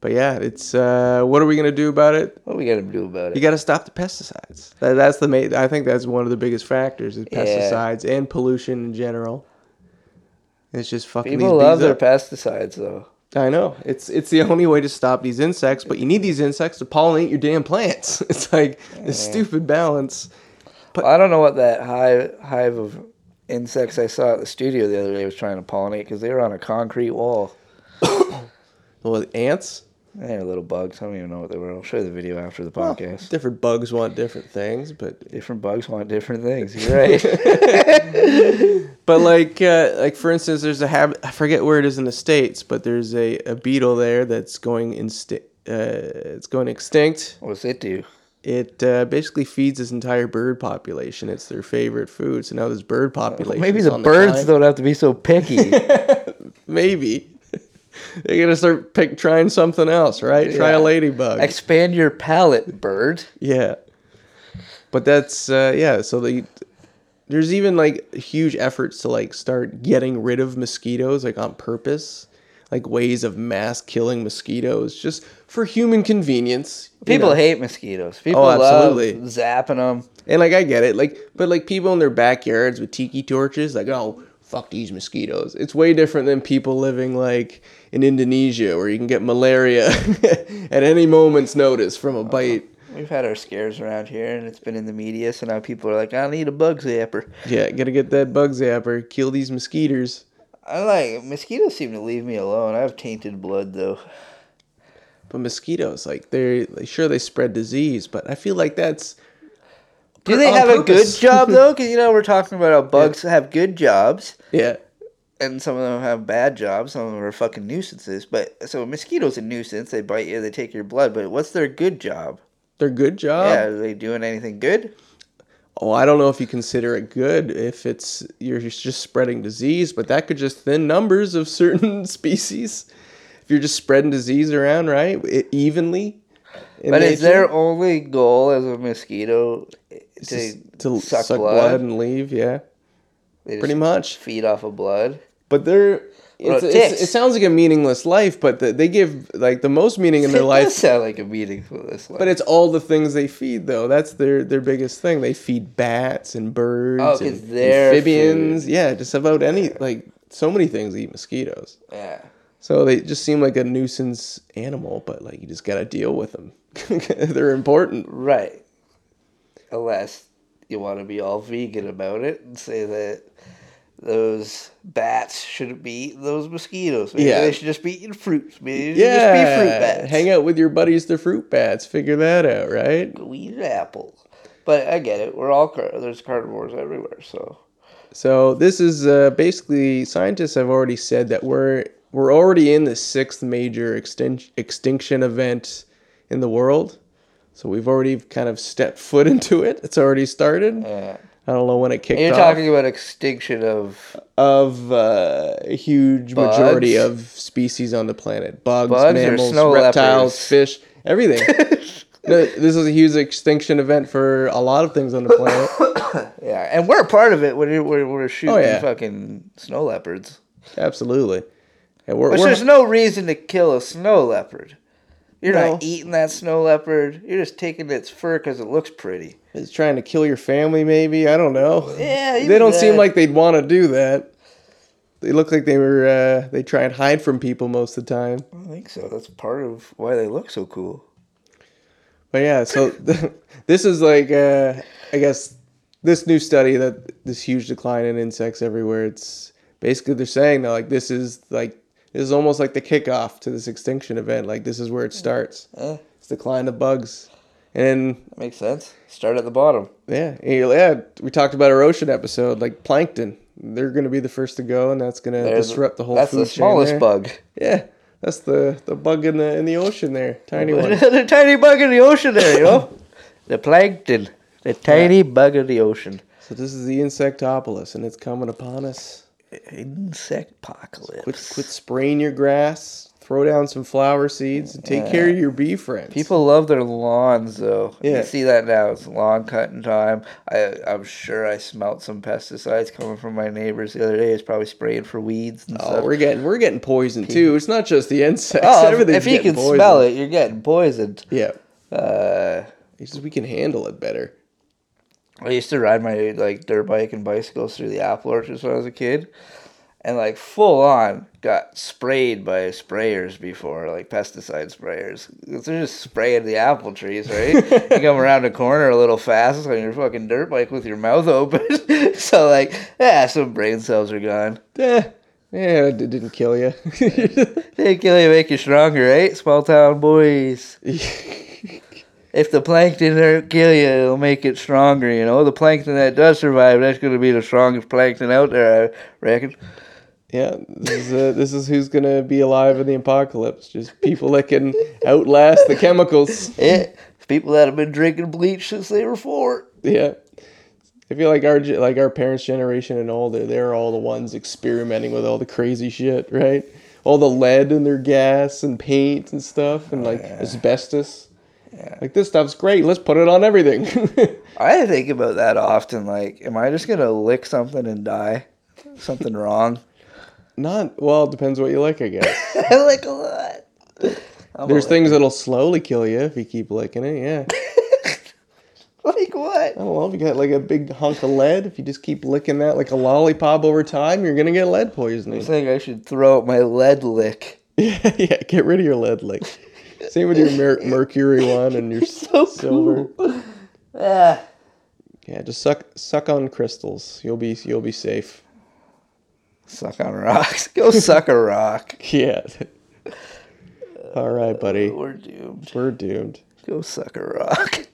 but yeah, it's uh, what are we gonna do about it?
What we got to do about
You
it?
got to stop the pesticides. That, that's the main. I think that's one of the biggest factors is pesticides and pollution in general. It's just fucking
People
these
love
bees
their
up.
pesticides, though.
I know it's it's the only way to stop these insects, but you need these insects to pollinate your damn plants. It's like this stupid balance.
I don't know what that hive, hive of insects I saw at the studio the other day was trying to pollinate because they were on a concrete wall.
Well, ants,
They were little bugs. I don't even know what they were. I'll show you the video after the
Well,
podcast.
different bugs want different things, but
Different bugs want different things. You're right.
but like uh, like for instance, there's a habit. I forget where it is in the states, but there's a, a beetle there that's going insti- uh, It's going extinct.
What's it do?
It uh, basically feeds this entire bird population. It's their favorite food. So now this bird population.
Maybe the birds don't have to be so picky.
Maybe they're gonna start pick trying something else, right? Try a
Yeah.
ladybug.
Expand your palate, bird.
yeah. But that's uh, yeah. So they there's even like huge efforts to like start getting rid of mosquitoes like on purpose, like ways of mass killing mosquitoes just for human convenience. you
People
know?
hate mosquitoes. People
absolutely.
love zapping them.
and like I get it, like but like people in their backyards with tiki torches, like oh fuck these mosquitoes. It's way different than people living like in Indonesia where you can get malaria at any moment's notice from a bite.
We've had our scares around here, and it's been in the media. So now people are like, "I need a bug zapper."
Yeah, gotta get that bug zapper, kill these mosquitoes.
I like mosquitoes. Seem to leave me alone. I have tainted blood though.
But mosquitoes, like they're like, sure they spread disease, but I feel like that's
Do they
on
have
purpose.
a good job though? Because you know we're talking about how bugs have good jobs,
yeah.
and some of them have bad jobs. Some of them are fucking nuisances. But so a mosquito's a nuisance. They bite you. They take your blood. But what's their good job?
They're good job.
yeah, are they doing anything good?
Oh, I don't know if you consider it good if it's you're just spreading disease, but that could just thin numbers of certain species. If you're just spreading disease around, right, it, evenly. in
But
nature,
is their only goal as a mosquito
it's
to,
just
suck, blood?
and leave? Yeah,
They just
pretty much.
feed off of blood.
But they're. It's,
about
it's,
ticks?
it sounds like a meaningless life, but the, they give like the most meaning in
It
their
does
life.
sound like a meaningless life.
But it's all the things they feed, though. That's their their biggest thing. They feed bats and birds
Oh, 'cause
and
their
amphibians. Yeah, just about any like so many things eat mosquitoes.
yeah.
So they just seem like a nuisance animal, but like you just gotta deal with them. They're important.
Right. Unless you want to be all vegan about it and say that those bats shouldn't be eating those mosquitoes. Maybe
Yeah.
they should just be eating fruits. Maybe they should
Yeah,
just be fruit bats.
hang out with your buddies, the fruit bats. Figure that out, right?
Go eat an apple. But I get it. We're all car- there's carnivores everywhere. So
So this is uh, basically scientists have already said that we're we're already in the sixth major extin- extinction event in the world. So we've already kind of stepped foot into it. It's already started.
yeah.
I don't know when it kicked
And you're
off.
talking about extinction of
of uh, a huge
Bugs?
majority of species on the planet: bugs,
Bugs or
mammals,
snow
reptiles,
leopards?
fish, everything. No, this is a huge extinction event for a lot of things on the planet.
yeah, and we're a part of it when we're, we're, we're shooting
Oh, yeah.
fucking snow leopards.
Absolutely. And we're,
Which
we're-
there's no reason to kill a snow leopard. You're
No.
not eating that snow leopard. You're just taking its fur because it looks pretty.
It's trying to kill your family, maybe. I don't know.
Yeah,
they
even
don't seem
that.
like they'd want to do that. They look like they were. Uh, they try and hide from people most of the time.
I think so. That's part of why they look so cool.
But yeah, so this is like, uh, I guess, this new study that this huge decline in insects everywhere. It's basically they're saying that like this is like this is almost like the kickoff to this extinction event. Like this is where it starts.
Eh,
It's decline of bugs, and
that makes sense. Start at the bottom.
Yeah, yeah. We talked about our ocean episode, like plankton. They're going to be the first to go, and that's going to
There's-
disrupt the whole.
That's
food
the
chain
smallest
there.
bug.
Yeah, that's the the bug in the in the ocean there, tiny one.
the tiny bug in the ocean there, you know? the plankton. The tiny bug of the ocean.
So this is the insectopolis, and it's coming upon us.
Insect
Quit
apocalypse.
quit spraying your grass. Throw down some flower seeds and take care of your bee friends.
People love their lawns, though.
Yeah.
You see that now. It's lawn cutting time. I, I'm sure I smelt some pesticides coming from my neighbors the other day. It's probably spraying for weeds and
Oh,
stuff.
we're getting we're getting poisoned too. It's not just the insects.
Oh, if,
Everything's
if you
getting
can smell
poisoned.
it, you're getting poisoned.
yeah.
Uh,
It's just we can handle it better.
I used to ride my like dirt bike and bicycles through the apple orchards when I was a kid, and like full on got sprayed by sprayers before, like pesticide sprayers. 'Cause They're just spraying the apple trees, right? you come around a corner a little fast on your fucking dirt bike with your mouth open, so like yeah, some brain cells are gone.
Eh, yeah, it didn't kill you.
They kill you, make you stronger, right? Small town boys. If the plankton don't kill you, it'll make it stronger, you know? The plankton that does survive, that's going to be the strongest plankton out there, I reckon.
Yeah, this is uh, this is who's gonna be alive in the apocalypse. Just people that can outlast the chemicals.
Yeah, Eh, people that have been drinking bleach since they were four.
Yeah, I feel like our ge- like our parents' generation and older, they're all the ones experimenting with all the crazy shit, right? All the lead in their gas and paint and stuff, and like asbestos.
Yeah.
Like this stuff's great. Let's put it on everything.
I think about that often. Like, am I just gonna lick something and die? Something wrong?
Not well. It depends what you like, I guess.
I lick a lot. I'm a
There's
lick-
things that'll slowly kill you if you keep licking it. Yeah.
like what?
I don't know Oh, if you got like a big hunk of lead. If you just keep licking that like a lollipop over time, you're gonna get lead
You
poisoning.
think I should throw out my lead lick?
yeah, yeah. Get rid of your lead lick. Same with your mer- mercury one and your
So
silver.
cool. Yeah.
Yeah, just suck suck on crystals. You'll be you'll be safe.
Suck on rocks. Go suck a rock.
Yeah. All right, buddy.
We're doomed.
We're doomed.
Go suck a rock.